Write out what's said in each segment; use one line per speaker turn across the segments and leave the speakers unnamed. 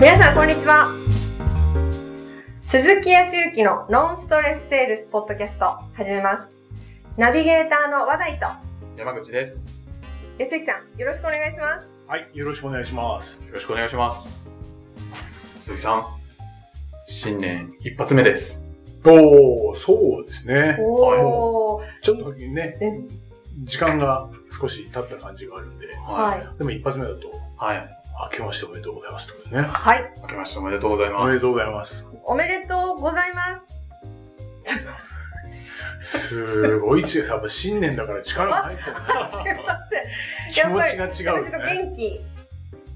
皆さん、こんにちは。鈴木康之のノンストレスセールスポッドキャスト、始めます。ナビゲーターの話題と、
山口です。
吉之さん、よろしくお願いします。
はい、よろしくお願いします。
よろしくお願いします。鈴木さん、新年一発目です。
と、そうですね。
おー。
ちょっとね、
え
時間が少し経った感じがあるんで、
はい。
でも一発目だと、
はい。
明けましておめでとうございますとかね。
はい。
明けましておめでとうございます。
おめでとうございます。
おめでとうございます。
すごい 違う。やっぱ新年だから力が入って
すいません。
るね。気持ちが違
ち
う
ょっと
よね。
元気、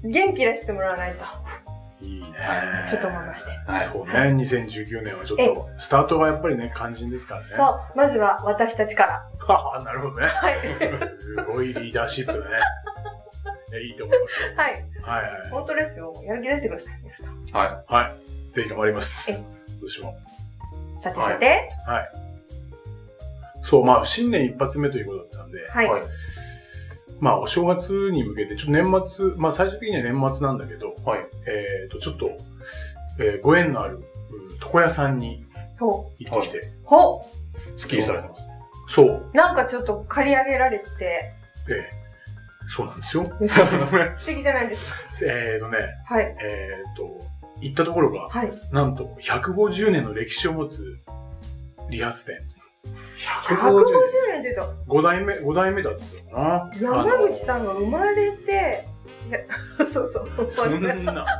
元気出してもらわないと、
いいね。
ちょっと思いまして。
はい
そうね、2019年はちょっと、スタートがやっぱりね、肝心ですからね。
そう、まずは私たちから。
ははなるほどね。
はい。
すごいリーダーシップだね。いやいいと思いますよ。
はい。
はいはい。
本当ですよ。やる気出してください、皆さん。
は
ぜひ頑張ります。
え
今年も。
さてさて、
そう、まあ、新年一発目ということだったんで、
はい。
はい
まあ、お正月に向けて、ちょっと年末、まあ、最終的には年末なんだけど、
い。はい。
えっ、と、ちょっと、えーご縁のある、うん床屋さんに
ほ
行ってきて、
ほ
スッキリされてます。
そう、
なんかちょっと借り上げられ て、
えーそうなんですよ。
素敵じゃないですか。
えっとね、
はい。
えっ、と、行ったところが、
はい。
なんと、150年の歴史を持つ理髪店。
150
150
年というと、
5代目、五代目だっつってたかな。
山口
ん
さんが生まれて、いや そうそう。
そんな。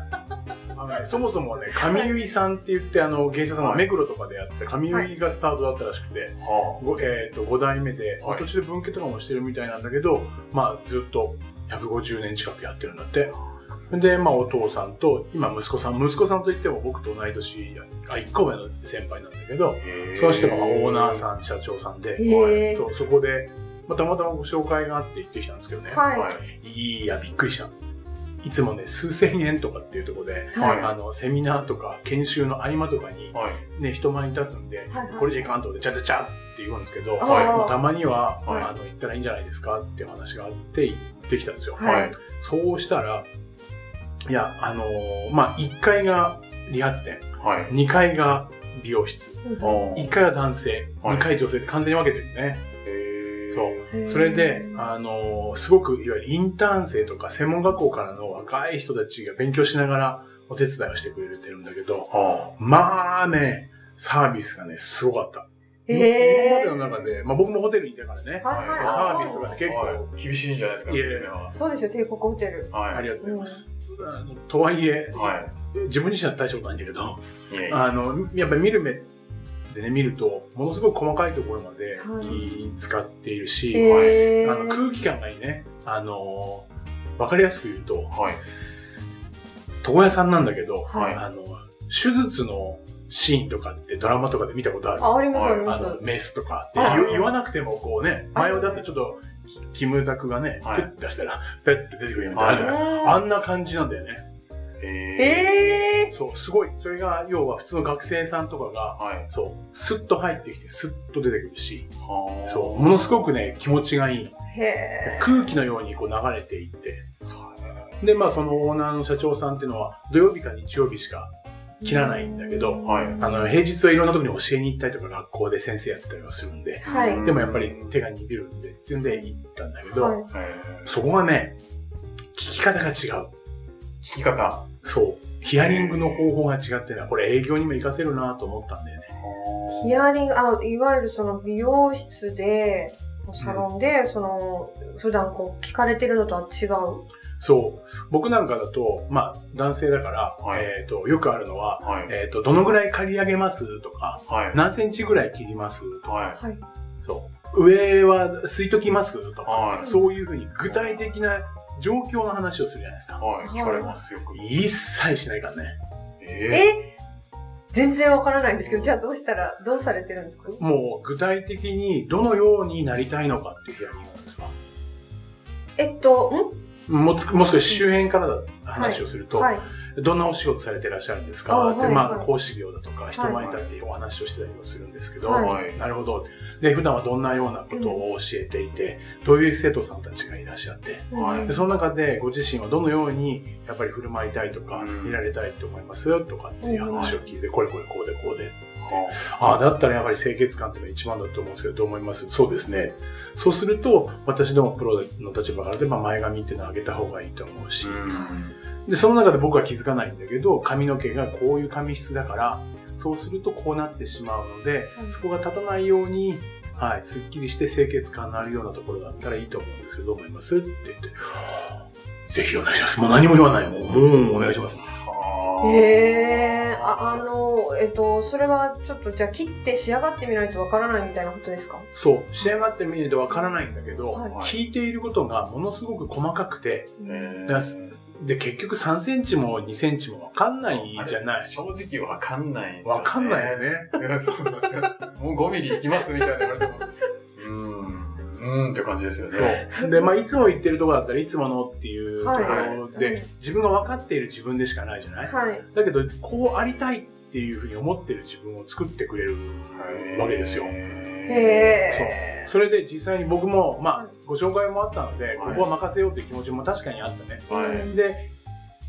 あのねそもそもね、上結さんって言って、あの、芸者さんが目黒とかでやって、上結がスタートだったらしくて、
は
ごえっ、と、5代目で、
はい
途中で分家とかもしてるみたいなんだけど、まあ、ずっと150年近くやってるんだって。で、まあ、お父さんと、今、息子さん、息子さんといっても僕と同い年、あ、1個上の先輩なんだけど
あ、。へ
その人がまあオーナーさん、社長さんで、
へー
そうそこで、まあたまたまご紹介があって行ってきたんですけどね、
はい。
いや、びっくりした。いつもね、数千円とかっていうところで、
はい。
は
あの、セミナーとか研修の合間とかに、
はい。
ね、人前に立つんで、
はいはい
これじゃいかんとで、ちゃちゃちゃって言うんですけど、
あー
はいまあたまには、
はい
あの、行ったらいいんじゃないですかっていう話があって、行ってきたんですよ。
はい
はい。
そうしたら、いや、あのーまあ、1階が理髪店、
はい。
2階が美容室、
うん
お
1階は男性、
はい
2階女性って完全に分けてるね。
へ
そう
う。
へー
それで、あのーすごく、いわゆるインターン生とか専門学校からの若い人たちが勉強しながらお手伝いをしてくれてるんだけど、
は
まあね、サービスがね、すごかった。
へー
今までの中で、まあ僕もホテルにいたからね、
はいはい。
サービス
そう
が結構
はい厳しいんじゃないですか、
いえ
見てみれば
そうですよ、帝国ホテル。
はい。
ありがとうございます。あのとはいえ、
は
自分自身は大したことないんだけど、
い。いえいえ
あの、やっぱり見る目でね、見ると、ものすごく細かいところまで
はい
気使っているし、
へー
あの空気感がいいね。あのー、わかりやすく言うと、
はい。
床屋さんなんだけど、
はい
あの、手術のシーンとかってドラマとかで見たことある。
あ、ありますありま
あ
す。
の、メスとかって
はい
言言わなくてもこうね、
は
前
い
はだってちょっと、キキムタクがね、
はい
ペッて出したら、ペッて出てくるみたいなのあるじゃない。あんな感じなんだよね。
え
ええ
そう、すごい。それが、要は普通の学生さんとか
ー。
が、
はい。
そう、スッと入ってきて、スッと出てくるし、
は
そう、ものすご
く。
くね、気持ちがいいの。
へえ。
空気のようにこう流れていって、
そう
で、まあ、そのオーナーの社長さんっていうのは、土曜日か日曜日しか切らないんだけど、
はい
あの、平日はいろんなところに教えに行ったりとか、学校で先生やったりはするんで、
はい
でもやっぱり手が握るんでっていうんで行ったんだけど、
はい
えー
そこがね、聞き方が違う。
聞き方。
そう。ヒアリングの方法が違ってな、これ営業にも活かせるなと思ったんだよね。
ヒアリング、あ、いわゆるその美容室で、サロンで、その、普段こう聞かれてるのとは違う。
そう。僕なんかだと、まあ、男性だから、
はい
えっ、と、よくあるのは、
はい。
えっ、と、どのぐらい刈り上げますとか、
はい。
何センチぐらい切ります
はい。
はい。
そう。上はすいときますとか、
はい。
そういうふうに具体的な状況の話をするじゃないですか。
はい。聞かれますよく。
一切しないからね。
え
え全然わからないんですけど、じゃあどうしたら、どうされてるんですか
もう具体的にどのようになりたいのかっていうヒアリングなんですわ。
えっと、ん
もうつもう少し周辺からだ話をすると、
はい。
どんなお仕事されてらっしゃるんです
あ
か
はい
で、まあ、
はい
講師業だとか、人前に立ってお話をしてたりもするんですけど、
はい
はい。
なるほど。で、普段はどんなようなことを教えていて、どういう生徒さんたちがいらっしゃって、
はい
でその中でご自身はどのようにやっぱり振る舞いたいとか、
うん
見られたいと思いますよとかっていう話を聞いて、これこれこうでこうで。
は
ああ、だったらやっぱり清潔感っていうのが一番だと思うんですけど、どう思いますそうですね。そうすると、私どもプロの立場からで、まあ、前髪っていうのは上げた方がいいと思うし、で、その中で僕は気づかないんだけど、髪の毛がこういう髪質だから、そうするとこうなってしまうので、
うん
そこが立たないように、はい、すっきりして清潔感のあるようなところだったらいいと思うんですけど、どう思いますって言って、ぜひお願いします。もう何も言わない。もう、うんお願いします。
は
へえ、あ、あの、えっと、それはちょっと、じゃあ切って仕上がってみないとわからないみたいなことですか
そう、仕上がってみるとわからないんだけど、
はい
聞いていることがものすごく細かくて、
え
だすで、結局3センチも2センチもわかんないじゃない。
正直わかんないですよね
わかんないよね。
いやそう もう5ミリいきますみたいな言われてもうーんうーんって感じですよね
そう。で、まあ、いつも言ってるとこだったらいつものっていうところで、
はい
自分が分かっている自分でしかないじゃない、
はい。
だけど、こうありたいっていうふうに思ってる自分を作ってくれるわけですよ。
へ
へ
え。
それで実際に僕も、まあ、ご紹介もあったので、
い
ここは任せようという気持ちも確かにあったね。
ーはい
で、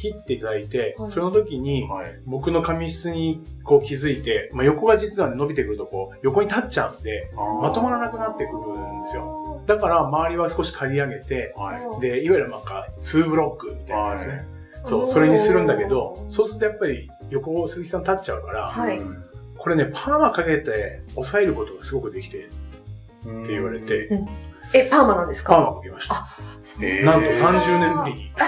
切っていただいて、
はい
その時に、
はい
僕の髪質にこう気づいて、まあ、横が実はね伸びてくるとこう、横に立っちゃうんで、まとまらなくなってくるんですよ。
よ。
だから、周りは少し刈り上げて、
はい
で、いわゆるなんか、2ブロックみたいなですね。
はい
そう、それにするんだけど、そうするとやっぱり横を鈴木さん立っちゃうから、
はい
うん
これね、パーマかけて抑えることがすごくできてって
って
言われて、
え、パーマなんです
パー
か
マかけました。
そう
えー
なんと30年ぶりに。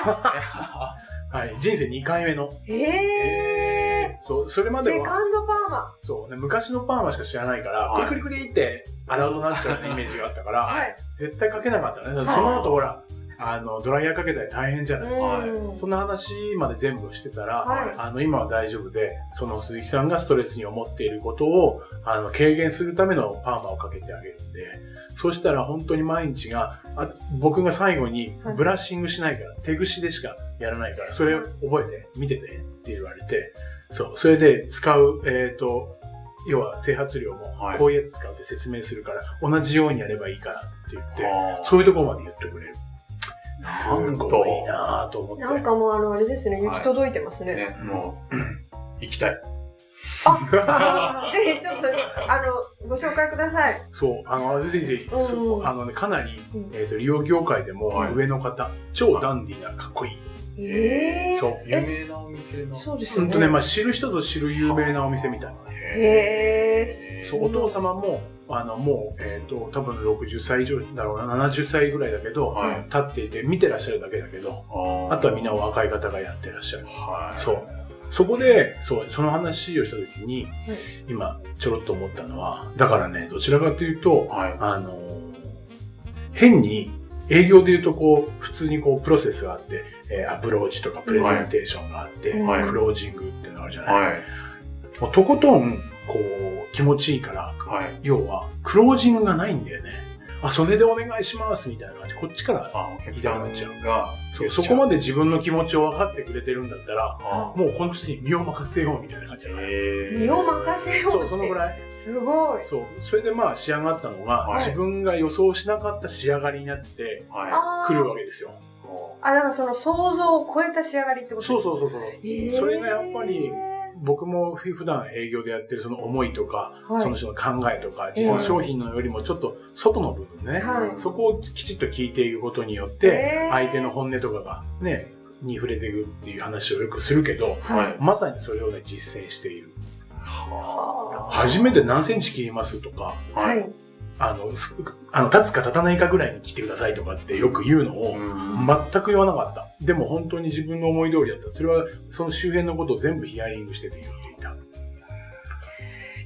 はい、人生2回目の。
え
そう、それま
ー。
で
セカ
は、
ンドパーマ。
そう、ね、昔のパーマしか知らないから、
はい
クリクリクリって洗うとなっちゃうようなイメージがあったから、
はい。
絶対かけなかったね。
い
その後ほら、あの、ドライヤーかけたり大変じゃない。
はい
うん
そんな話まで全部してたら、
はい
あの、今は大丈夫で、その鈴木さんがストレスに思っていることを、あの、軽減するためのパーマをかけてあげるんで、そうしたら本当に毎日が、あ僕が最後に
はい
ブラッシングしないから、手ぐしでしかやらないから、それ覚えて、見ててって言われて、そう、それで使う、えっ、と、要は整髪量も
はい
こういうやつ使うって説明するから、同じようにやればいいからって言って、
は
そういうところまで言ってくれる。す
なんと
ごいなぁと思って。
なんかもうあの、あれですね、行き届いてますね。
ねもう行きたい
ぜひちょっと、あの、ご紹介ください。
そう、あの、ぜひぜひ、
うんうん
そうあのね、かなり、
うん
えっ、と、利用業界でも
はい
上の方、超ダンディーな、かっこいい。
えー。
そう
有名なお店の
そうです
ほ
よ
ん
ね。
とね、まあ、知る人ぞ知る有名なお店みたいな。
へ
え
そう、お父様も、あの、もう、えっ、と、多分60歳以上だろうな、70歳ぐらいだけど、
はい
立っていて、見てらっしゃるだけだけど、あとはみんなお若い方がやってらっしゃる。
はい
そうそこで、そう、その話をしたときに、今、ちょろっと思ったのは、だからね、どちらかというと、
はい
あのー変に営業でいうとこう普通にこうプロセスがあって、えーアプローチとかプレゼンテーションがあって、
はい
クロージングっていうのがあるじゃない、
はい
もうとことんこう気持ちいいから
はい
要はクロージングがないんだよねあそれでお願いしますみたいな感じこっちから
あお客さんが
そうそこま
で
で自分の気持ちを分かってくれてるんだったら
あ
もうこの人に身を任せようみたいな感じだから
へ
身を任せよ
そううその
っ
ぐらい
て。すごい。
そうそれでまあ仕上がったのが、
はい
自分が予想しなかった仕上がりになって
は
あ
くるわけですよ
いも
あ、あ、だからその想像を超えた仕上がりってこと
そう
う。
そうそうそう。
えー
それがやっぱり僕もふ普段営業でやってるその思いとか、
はい
その人の考えとか、実際の商品のよりもちょっと外の部分ね、
はい
そこをきちっと聞いていくことによっ
へ
て
ー、
相手の本音とかがね、に触れていくっていう話をよくするけど、
う
はい。
まさにそれをね、実践している。
は
初めて何センチ切りますとか、
はい。
あの、すあの立つか立たないかぐらいに切ってくださいとかってよく言うのを、
うん
全く言わなかった。でも本当に自分の思い通りだった。それはその周辺のことを全部ヒアリングしてて言っていた。だか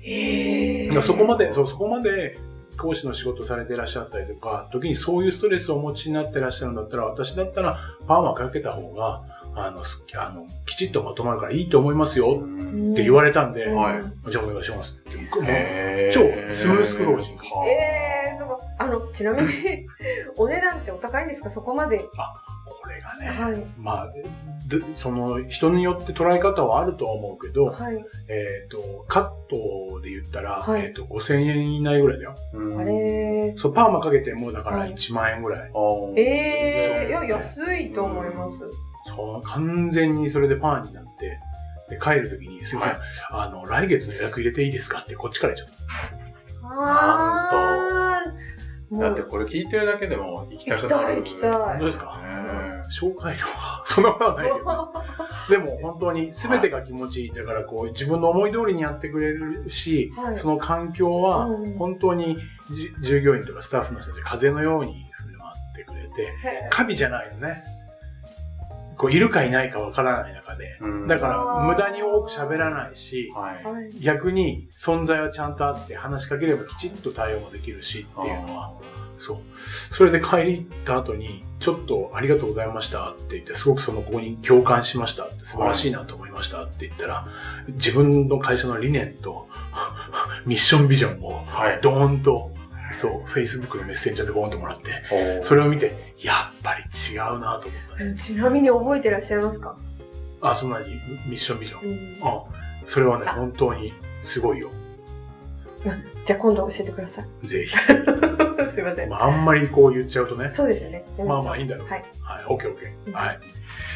え
らそこまで、そう、そこまで講師の仕事されてらっしゃったりとか、時にそういうストレスをお持ちになってらっしゃるんだったら、私だったらパーマかけた方が、あの、すあのきちっとまとまるからいいと思います
う
よ
ん
って言われたんで、
うん
はい
じゃあお願いしますって。僕も
へー
超スムースクロージング
は
えー、すごい。あの、ちなみに、お値段ってお高いんですかそこまで。
ここれがね、
はい。
まあ、でその人によって捉え方はあるとは思うけど、
はい。
えっ、と、カットで言ったら、
はい
えっ、と、5000円以内ぐらいだよ。
うん
あれー
そう、パーマかけてもうだから
はい
1万円ぐらい。
あー
ええー、い
そう
や、安いと思います。
そう、完全にそれでパーになって、で、帰るときに、すいません、
は
あの、来月の予約入れていいですかって、こっちから言っちゃった。
ああ。も
だって
う、
これ聞いてるだけでも行きた
行き
く
た
ないる。
行きたい。
本当ですか
ね
紹介料は、 そんなことはない けど。でも本当に全てが気持ちいい。だからこう、自分の思い通りにやってくれるし、
はい
その環境は
うん
本当にじ従業員とかスタッフの人たち風のように振る舞ってくれて、
へ
カビじゃないのね。こう、いるかいないかわからない中で。
うん
だか
あ
ら
ー
無駄に多く喋らないし、
はい
ー。はい。
逆に存在はちゃんとあって話しかければきちっと対応もできるしっていうのは、そう。それで帰り行った後に、ちょっとありがとうございましたって言って、すごくそのここに共感しましたって、素晴らしいなと思いましたって言ったら、自分の会社の理念と、 ミッションビジョンを、
はい。
ドーンと、そう、Facebook のメッセンジャーでボーンともらって、
おー
それを見て、やっぱり違うなと思ったね。
ちなみに覚えてらっしゃいますか、
あ、そんなにミッションビジョン。
うん、
うん。それはね、
あ
本当にすごいよ。
じゃあ今度教えてくだ さい。
ぜひ。
すいません。
まあ、あんまりこう言っちゃうとね。
そうですよね。
まあまあいいんだろう
はい。
はい、オッケーオッケ
う
ー。
ん
はい。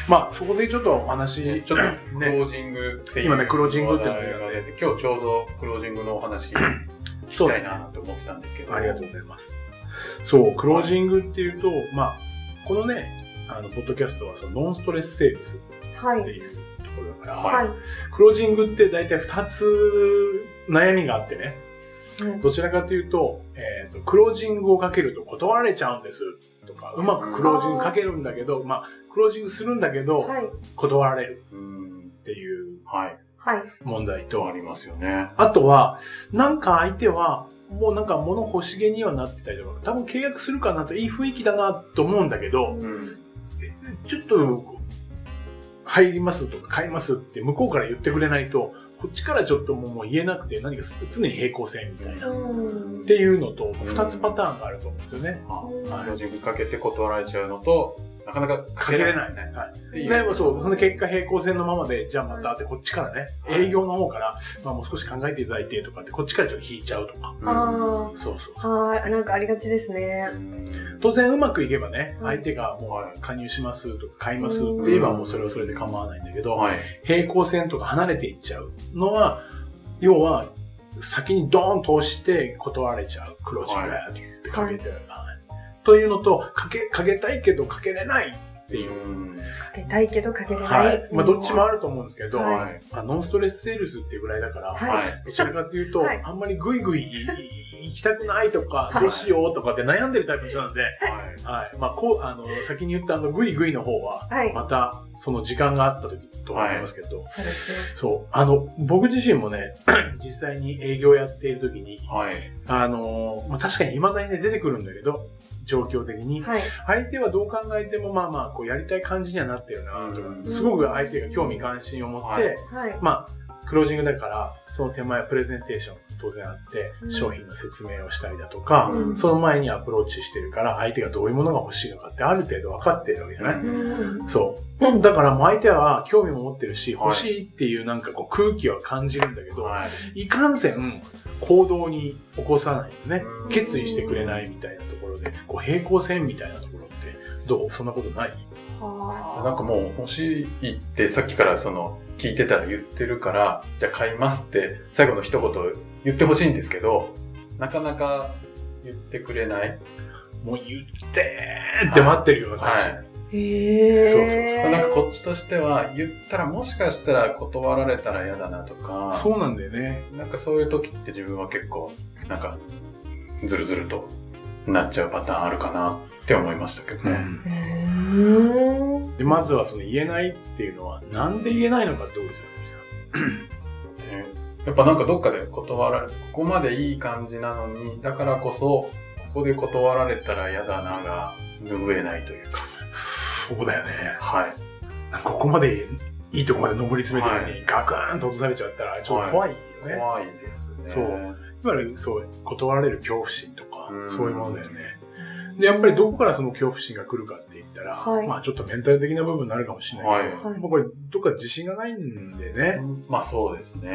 まあ、そこでちょっとお話、
ちょっとクロージングっていう
今ねクロージングっていうの
話
がね
題が出て今日ちょうどクロージングのお話聞きたいなと思ってたんですけど。
ありがとうございます。そう、クロージングっていうと、まあ、このね、あの、ポッドキャストはそのノンストレスセールス
は
って
い。
いうところだから、
はい。
クロージングって大体2つ悩みがあってね、
うん
どちらかというと、えっ、と、クロージングをかけると断られちゃうんですとか、うまくクロージングかけるんだけど、まあ、クロージングするんだけど、
はい。
断られる
うん
っていう
はい。
はい。
問題
とあ
と、
りますよね。
あとは、なんか相手は、もうなんか物欲しげにはなってたりとか、多分契約するかなといい雰囲気だなと思うんだけど、
うん。
ちょっと、入りますとか買いますって向こうから言ってくれないと、こっちからちょっともうもう言えなくて何か常に平行線みたいな。
うん
っていうのと、二つパターンがあると思うんですよね。
あクロージングかけて断られちゃうのと、なかなか
かけれないね。はい
っていう
でもそう、その結果平行線のままで、じゃあまたってこっちからね、
はい
営業の方から、まあもう少し考えていただいてとかって、こっちからちょっと引いちゃうとか。
うん
あ
そうそう
あ。はい。なんかありがちですね。
うん
当然うまくいけばね、
はい
相手がも
は
う加入しますとか買いますって言えばもうそれはそれで構わないんだけど、
はい。
平行線とか離れていっちゃうのは、要は先にドーン通して断られちゃう。黒字ぐらいってかけてる。はいというのと、かけ、かけたいけどかけれない。
っていう。うん
かけたいけどかけれない。
はい。まあどっちもあると思うんですけど、
はい
はい。
まあノンストレスセールスっていうぐらいだか
は
ら、
い
はい。
どちらかというと、
はい
あんまりグイグイ行きたくないとか、
はい
どうしようとかって悩んでるタイプの人なんで、
はい。
はい。まあ、こう、あの、先に言ったあの、グイグイの方は、
はい。
また、その時間があった時と思いますけど、
そうですね。
そう。あの、僕自身もね、 実際に営業やっている時に、
はい。
あの、まあ、確かに未だにね、出てくるんだけど、状況的に。
はい。
相手はどう考えても、まあまあ、こう、やりたい感じにはなってるなとか
うん
すごく相手が興味関心を持って、
は
は
い
い。
まあ、クロージングだから、その手前はプレゼンテーション当然あって
う、ん
商品の説明をしたりだとか、
うん
その前にアプローチしてるから、相手がどういうものが欲しいのかってある程度分かってるわけじゃない、
うん
うん
そう。だからもう相手は興味も持ってるし、
はい
欲しいっていうなんかこう空気は感じるんだけど、、
はい
かんせん行動に起こさないよね。
うん
決意してくれないみたいなところで、こう平行線みたいなところって、どうそんなことない
は
なんかもう欲しいってさっきからその聞いてたら言ってるからじゃあ買いますって最後の一言言ってほしいんですけどなかなか言ってくれない、
もう言ってーって待ってるような感じ。
は
あへえ。
そうそうそ
い、なんかこっちとしては言ったらもしかしたら断られたら嫌だなとか
そうなんだよね。
なんかそういう時って自分は結構なんかズルズルとなっちゃうパターンあるかなって思いましたけどね。
うーん。
でまずはその言えないっていうのはなんで言えないのかってことじゃないですか。
ねやっぱなんかどっかで断られここまでいい感じなのにだからこそここで断られたら嫌だなが拭えないというか
そうだよね。
はい
なんかここまでいいとこまで上り詰めてるのに、ガクーンと落とされちゃったらちょっと怖いよね。
怖いですね
そういわゆるそう断られる恐怖心とか、
うん
そういうものだよね。で、やっぱりどこからその恐怖心が来るかって言ったら、
はい
まあちょっとメンタル的な部分になるかもしれない
は
け
い。
はい
ど、もうこれ、どっか自信がないんでね。
まあそうですね。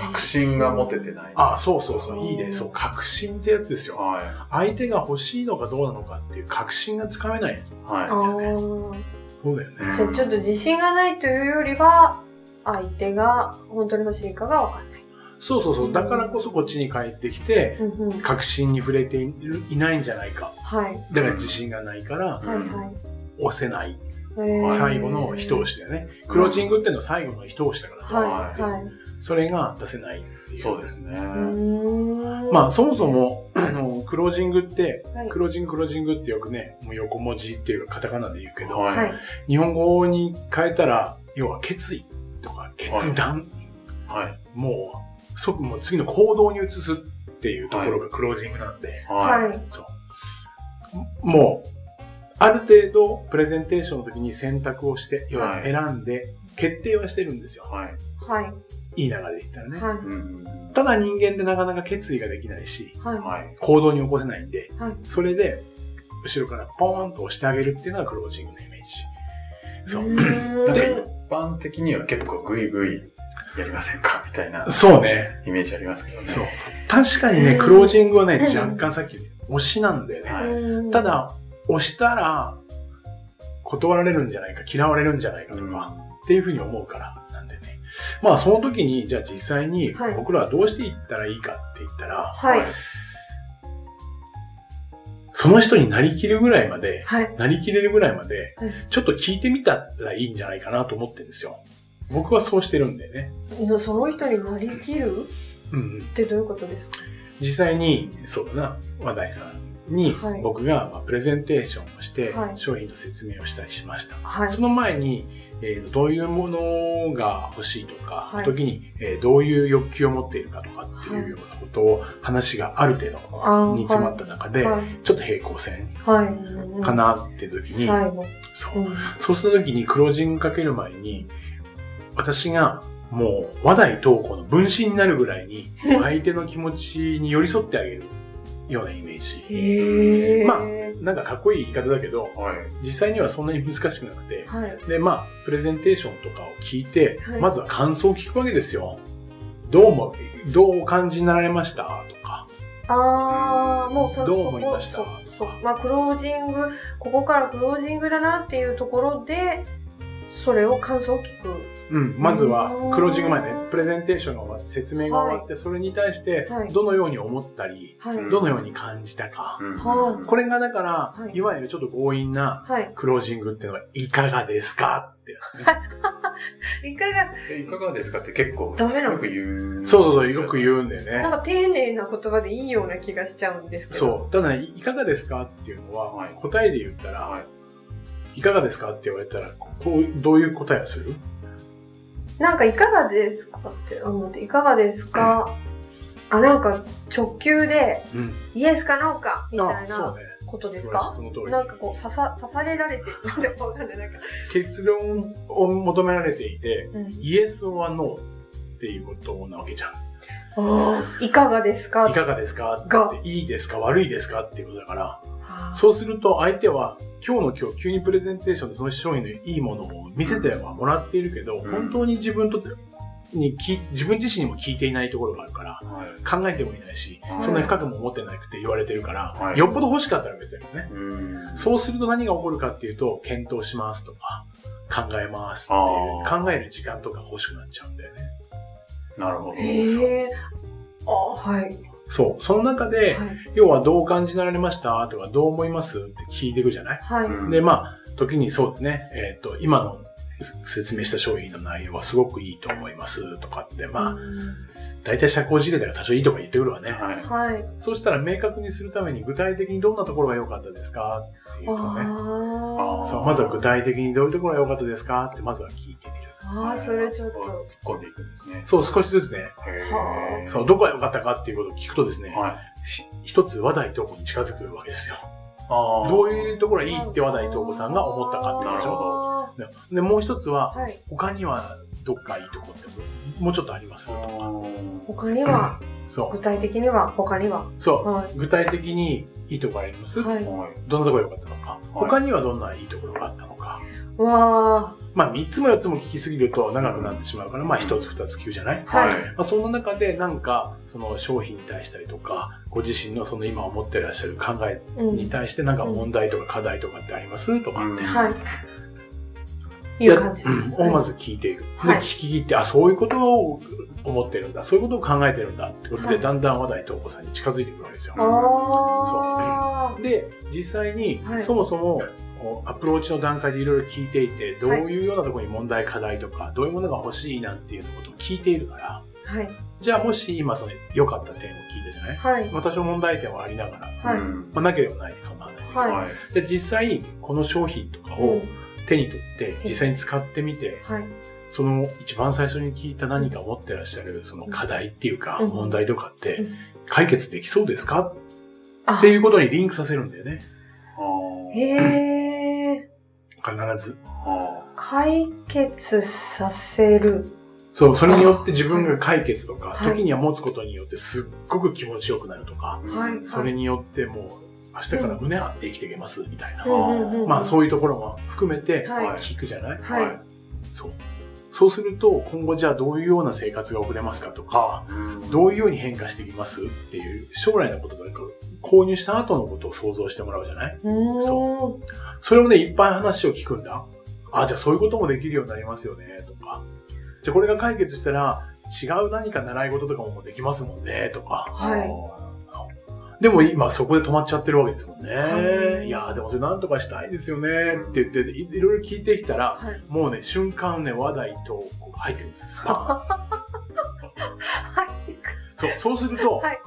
確信が持ててない。
ああ、そうそうそう、いいね。そう、確信ってやつですよ。
は
相手が欲しいのかどうなのかっていう確信がつかめない。
い。は
あー
そうだよね。
じゃあちょっと自信がないというよりは、相手が本当に欲しいかが分かんない。
そうそうそう。だからこそこっちに帰ってきて、
うんうん
確信に触れているいないんじゃないか。
はい。
だから自信がないから、
はいはい
押せない。
えー。
最後の一押しだよね。クロージングっていうのは最後の一押しだから。
はいはい。
それが出せないってい
い。
う。
そうですね。
うーん
まあそもそも、あの、クロージングって、
はい
クロージングクロージングってよくね、もう横文字っていうかカタカナで言うけど、
はい。
日本語に変えたら、要は決意とか決断、
はい。
もう即もう次の行動に移すっていうところがクロージングなんで、
はい。
はい。
そう。もう、ある程度プレゼンテーションの時に選択をして、要
は
はい選んで、決定はしてるんですよ。
はい。
はい。
いい流れでいったらね。
はい。
うん。
ただ人間ってなかなか決意ができないし、
はい。
はい。
行動に起こせないんで、
はい
それで、後ろからポーンと押してあげるっていうのがクロージングのイメージ。そう。
う
で、
で
一、般的には結構グイグイやりませんかみたいな
そうね。
イメージありますけどね。
そう。確かにね、クロージングはね、若干さっき、押しなんだよね。
は
うん
た、だ、押したら、断られるんじゃないか、嫌われるんじゃないかとか、っていうふうに思うから、なんでね。まあ、その時に、じゃあ実際に
はい、
僕らはどうしていったらいいかって言ったら、
はい。
その人になりきるぐらいまで、
はい。
なりきれるぐらいまで
はい、
ちょっと聞いてみたらいいんじゃないかなと思ってるんですよ。僕はそうしてるんでね。
その人になりきる
うんうん、
ってどういうことですか
実際に、そうだな、話題さんに
はい、
僕がまあプレゼンテーションをして
は、い
商品の説明をしたりしました。
はい。
その前に、えーどういうものが欲しいとか、
はい
時に、えーどういう欲求を持っているかとかっていうようなことを話がある程
あー
度に詰まった中で、
はい。
ちょっと平行線
はい。
かなって時に、
最後。
そううんそうするときにクロージングかける前に、私がもう話題投稿の分身になるぐらいに、相手の気持ちに寄り添ってあげるようなイメージ。
へー
まあなんかかっこいい言い方だけど、
はい。
実際にはそんなに難しくなくて、
はい。
で、まあ、プレゼンテーションとかを聞いて、
はい
まずは感想を聞くわけですよ。どう思う、どうお感じになられましたとか。
ああ、もうそ
どう思いました
そこそそまあ、クロージング、ここからクロージングだなっていうところで、それを感想を聞く。
うん、まずは
う、ん
クロージング前ね、プレゼンテーションが終わって、説明が終わって、それに対して
は、い
どのように思ったり、
はい。
うん
どのように感じたか。
うん
は
これがだから、
はい
い、わゆるちょっと強引な
はい。
クロージングっていうのは、いかがですかってやつね。
一回が、
でいかがですかって結構、
ダメなの
よく言う。
そうそうそう、よく言うんだよ
なん
ね。
か丁寧な言葉でいいような気がしちゃうんですけど。
そう。ただね、いかがですかっていうのは、
はい
答えで言ったら、
はい
い、かがですかって言われたら、こう、どういう答えをする
なんかいかがですかって思って、いかがですか、あ、なんか直球で、
うん。
イエスかノーかみたい
あそう
な
ね。
ことです
そ
か
うねその通り。
なんかこう、刺さ、刺されられて、 なんでわかんない、なんか。
結論を求められていて、
うん
イエスはノーっていうことなわけじゃん。
いかがですか
いかがですか
が
って、いいですか悪いですかっていうことだから、
あー
そうすると相手は、今日の今日、急にプレゼンテーションでその商品のいいものを見せてはもらっているけど、
うん
本当に自分と、にき自分自身にも聞いていないところがあるから、
はい。
考えてもいないし、
はい
そんなに深くも思ってなくて言われてるから、
はい
よっぽど欲しかったら別だよね。
うん。
そうすると何が起こるかっていうと、検討しますとか、考えますって
あ
い
ー
う、考える時間とか欲しくなっちゃうんだよね。
なるほど。
へえ。あはい。はい。
そう。その中で、要はどう感じられましたとか、どう思いますって聞いていくじゃない
はい。
うん
で、まあ、時にそうですね、えっ、と、今の説明した商品の内容はすごくいいと思いますとかって、まあ、大体社交辞令だから多少いいとか言ってくるわね。
あ
はい。
はい。
そうしたら明確にするために具体的にどんなところが良かったですかっていうとね。
あ
ー
そう、まずは具体的にどういうところが良かったですかってまずは聞いてみる。
あ。ああ、それちょっと。
突っ込んでいくんですね。
そう、少しずつね、
へえ。
そう、どこが良かったかっていうことを聞くとですね、
はい。
ひ一つ話題投稿に近づくわけですよ。
ああ。
どういうところがいいって話題投稿さんが思ったかっていう
な
こ
る
と
ほど
あ
でしょ。で、もう一つは、
ーはい。
他にはどっかいいとこってもうちょっとありますとか
他には、
そ
具体的には、他には。
うそ
は
う具体的にいいとこあります、
い。はい。
はい
どんなところが良かったのか、他にはどんないいところがあったのか
わ
まあ3つも4つも聞きすぎると長くなってしまうから、まあ1つ2つ級じゃない
ー。はい。
まあ、そんな中でなんかその商品に対したりとかご自身のその今思ってらっしゃる考え
うん。
に対してなんか問題とか課題とかってありますとか、
うん
はい。いう感じ。
うんをまず聞いていく、
はい
で聞き切ってあそういうことを思ってるんだそういうことを考えてるんだってこと
は
で
い
だんだん話題とお子さんに近づいてくるわけですよ。
ああ。
で実際に
はい
そもそもこうアプローチの段階でいろいろ聞いていてどういうようなところに問題課題とかどういうものが欲しいなんていうことを聞いているから
はい。
じゃあもし今その良かった点を聞いたじゃない
はい。
私も問題点はありながら、
はい。
うん
まあ、なければないで構わない。
は
はい
で、実際、この商品とか
い。う
を
ん
手に取って、実際に使ってみて、
はい。
その一番最初に聞いた何か持ってらっしゃる、その課題っていうか、
うん
問題とかっ
う
て
ん、
解決できそうですか
あ
っていうことにリンクさせるんだよね。
あ
へえ。
必ず。
あ
解決させる。
そう、それによって自分が解決とか、
はい
時には持つことによってすっごく気持ちよくなるとか、
はい
うん
それによってもう、明日から胸張って生きていけます、みたいな。
うんうんうん
まあ、そういうところも含めて、
はい
聞くじゃない
はい。
そう。そうすると、今後じゃあどういうような生活が送れますかとか、どういうように変化していきますっていう、将来のこととか、購入した後のことを想像してもらうじゃない
そ
それもね、いっぱい話を聞くんだ。あ、じゃあそういうこともできるようになりますよね、とか。じゃあこれが解決したら、違う何か習い事とかもできますもんね、とか。
はい。
でも今そこで止まっちゃってるわけですもんね。
はい
い、やーでもそれなんとかしたいですよねって言って、いいろいろ聞いてきたら、
はい。
もうね、瞬間ね、話題とこう入ってるんです。スパ
はい。
ーンそう、そうすると、
はい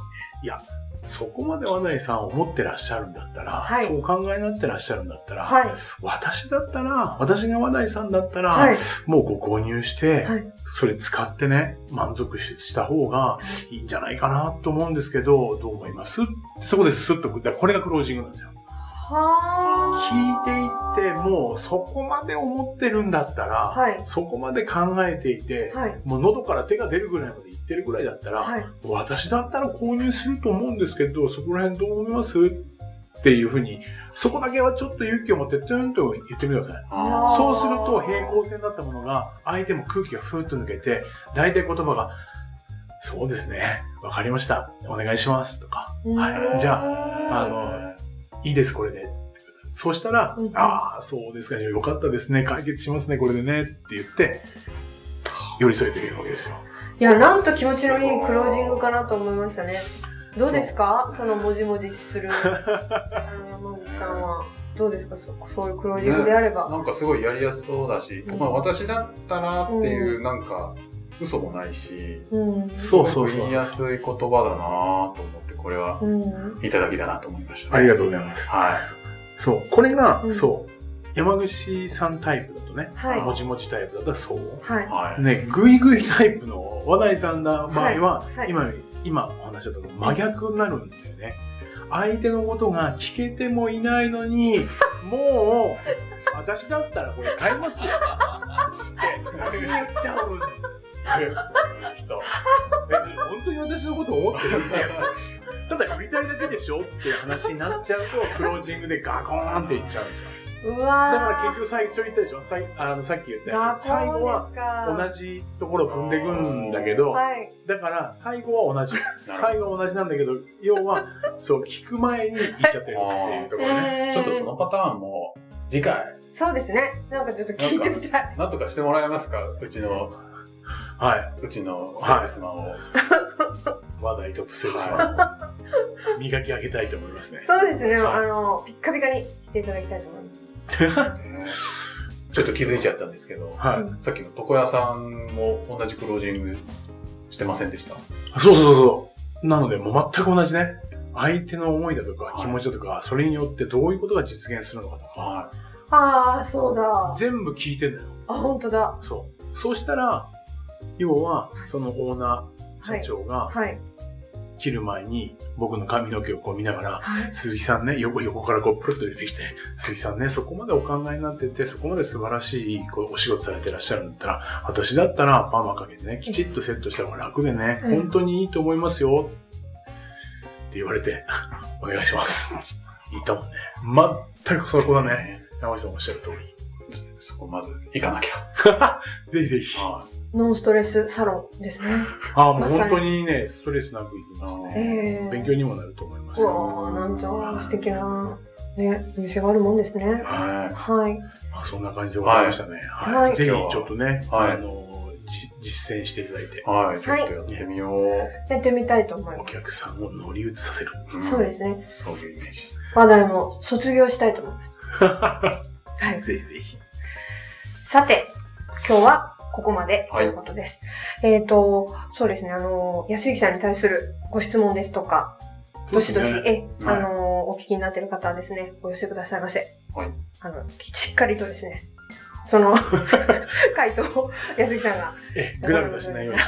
い、や、そこまで話題さんを持ってらっしゃるんだったら、
はい
そうお考えになってらっしゃるんだったら、
はい。
私だったら、私が話題さんだったら、
はい。
もうご購入して、
はい
それ使ってね、満足しした方がいいんじゃないかなと思うんですけど、どう思いますそこですっと、だからこれがクロージングなんですよ。聞い
は
ていって、もうそこまで思ってるんだったら、
はい
そこまで考えていて、
あ。はい。
もう喉から手が出るぐらいまでいってるぐらいだったら、
はい。
私だったら購入すると思うんですけど、そこら辺どう思いますっていうふうに、そこだけはちょっと勇気を持って、トゥーンと言ってみてください。
あー
そうすると平行線だったものが、相手も空気がふーっと抜けて、大体言葉が、そうですね、わかりました、お願いしますとか、はいじゃ
あ
あの、いいです、これで。そうしたら、
うん
ああ、そうですか、じゃあよかったですね、解決しますね、これでね、って言って、寄り添えていけるわけですよ。
いや、なんと気持ちのいいクロージングかなと思いましたね。どうですかそのもじもじする、あの、山口さんは。どうですかそそういうクロージングであれば。
なんかすごいやりやすそうだし、
うん
まあ私だったらっていうなんか嘘もないし、
うん。
そうそうそう
すごく言いやすい言葉だなと思って、これは
うん。
いただきだなと思いました、
ありがとうございます。
は
そう。これが、
うん
そう。山口さんタイプだとね、
はい
もじもじタイプだとそう。
はい
い。。はい。
ね、ぐいぐいタイプの話題さんの場合は、
はい
今、今お話ししたとこ真逆になるんだよね。相手のことが聞けてもいないの に、もう、私だったらこれ買いますよ。って先に言っちゃうんだよ。ね人え本当に私のことを思ってるってやつ。ただ売りたいだけでしょっていう話になっちゃうと、クロージングでガコーンっていっちゃうんですよ。
う
だから
わ
結局最初言ったでしょさいあのさっき言った
ー
や
学
つ最後は
校ですか
同じところを踏んでいくんだけど、
はい。
だから最後は同じ
なるほど
最後は同じなんだけど要はそう聞く前に言っちゃってるっていうところ
え
ね。
ー
ちょっとそのパターンも次回
そうですね。なんかちょっと聞いてみたい。
なんとかしてもらえますかうちの、
は
うちのセールスマンを。
い。話題トップセールスマンを磨き上げたいと思いますね。
そうですね。
はい
あの、ピッカピカにしていただきたいと思います。
ねちょっと気づいちゃったんですけど、
はい
うん
さっきの床屋さんも同じクロージングしてませんでした。
そうそうそうそう。なので、もう全く同じね。相手の思いだとか
はい
気持ちだとか、それによってどういうことが実現するのかとか、
い。
ああ、そうだ。
全部聞いてんだよ。
あ、本当だ。
そう。そうしたら、要は、そのオーナー、社長が、
はい。
切る前に僕の髪の毛をこう見ながら、
はい。
鈴木さんね、横横からこうプルッと出てきて、鈴木さんね、そこまでお考えになってて、そこまで素晴らしいこうお仕事されてらっしゃるんだったら、私だったらパーマかけてね、きちっとセットした方が楽でね、
うん
本当にいいと思いますよ。って言われて、お願いします。言ったもんね。全くそこだね。山口さんおっしゃる通り。
そこまず行かなきゃ。
ぜひぜひ。
は
ノンストレスサロンですね。
ああ、も
ま
う
さに
本当にね、ストレスなくいきます
え
ね。
え
勉強にもなると思います
う
よ。
わあ、なんと素敵な、ね、お店があるもんですね。
い。ね
はい。
まあ、そんな感じで終わりましたね。はい。
はい
ぜひ、ちょっとね、
はい
あの、じ実践していただいて、
はい、ちょっとやってみよう。
やってみたいと思い
お
ます。
客さんを乗り移させる。
ん
そうですね。
そういうイメージ。
話題も卒業したいと思います。はい。
ぜひぜひ。
さて、今日はここまでと
はい
いうことです。えっ、と、そうですね、あの、安幸さんに対するご質問ですとか、どしどし、え、
はい
あの、お聞きになっている方はですね、お寄せくださいませ。
はい
あの、しっかりとですね、そ の、回答を安幸さんが
え、ぐだぐだしないように。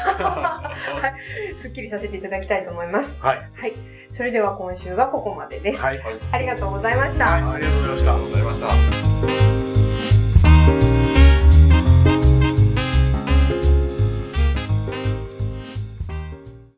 すっきりさせていただきたいと思います。
はい
はい。それでは今週はここまでです。
はい。
ありがとうございました。
はい、ありがとうございました。
ありがとうございました。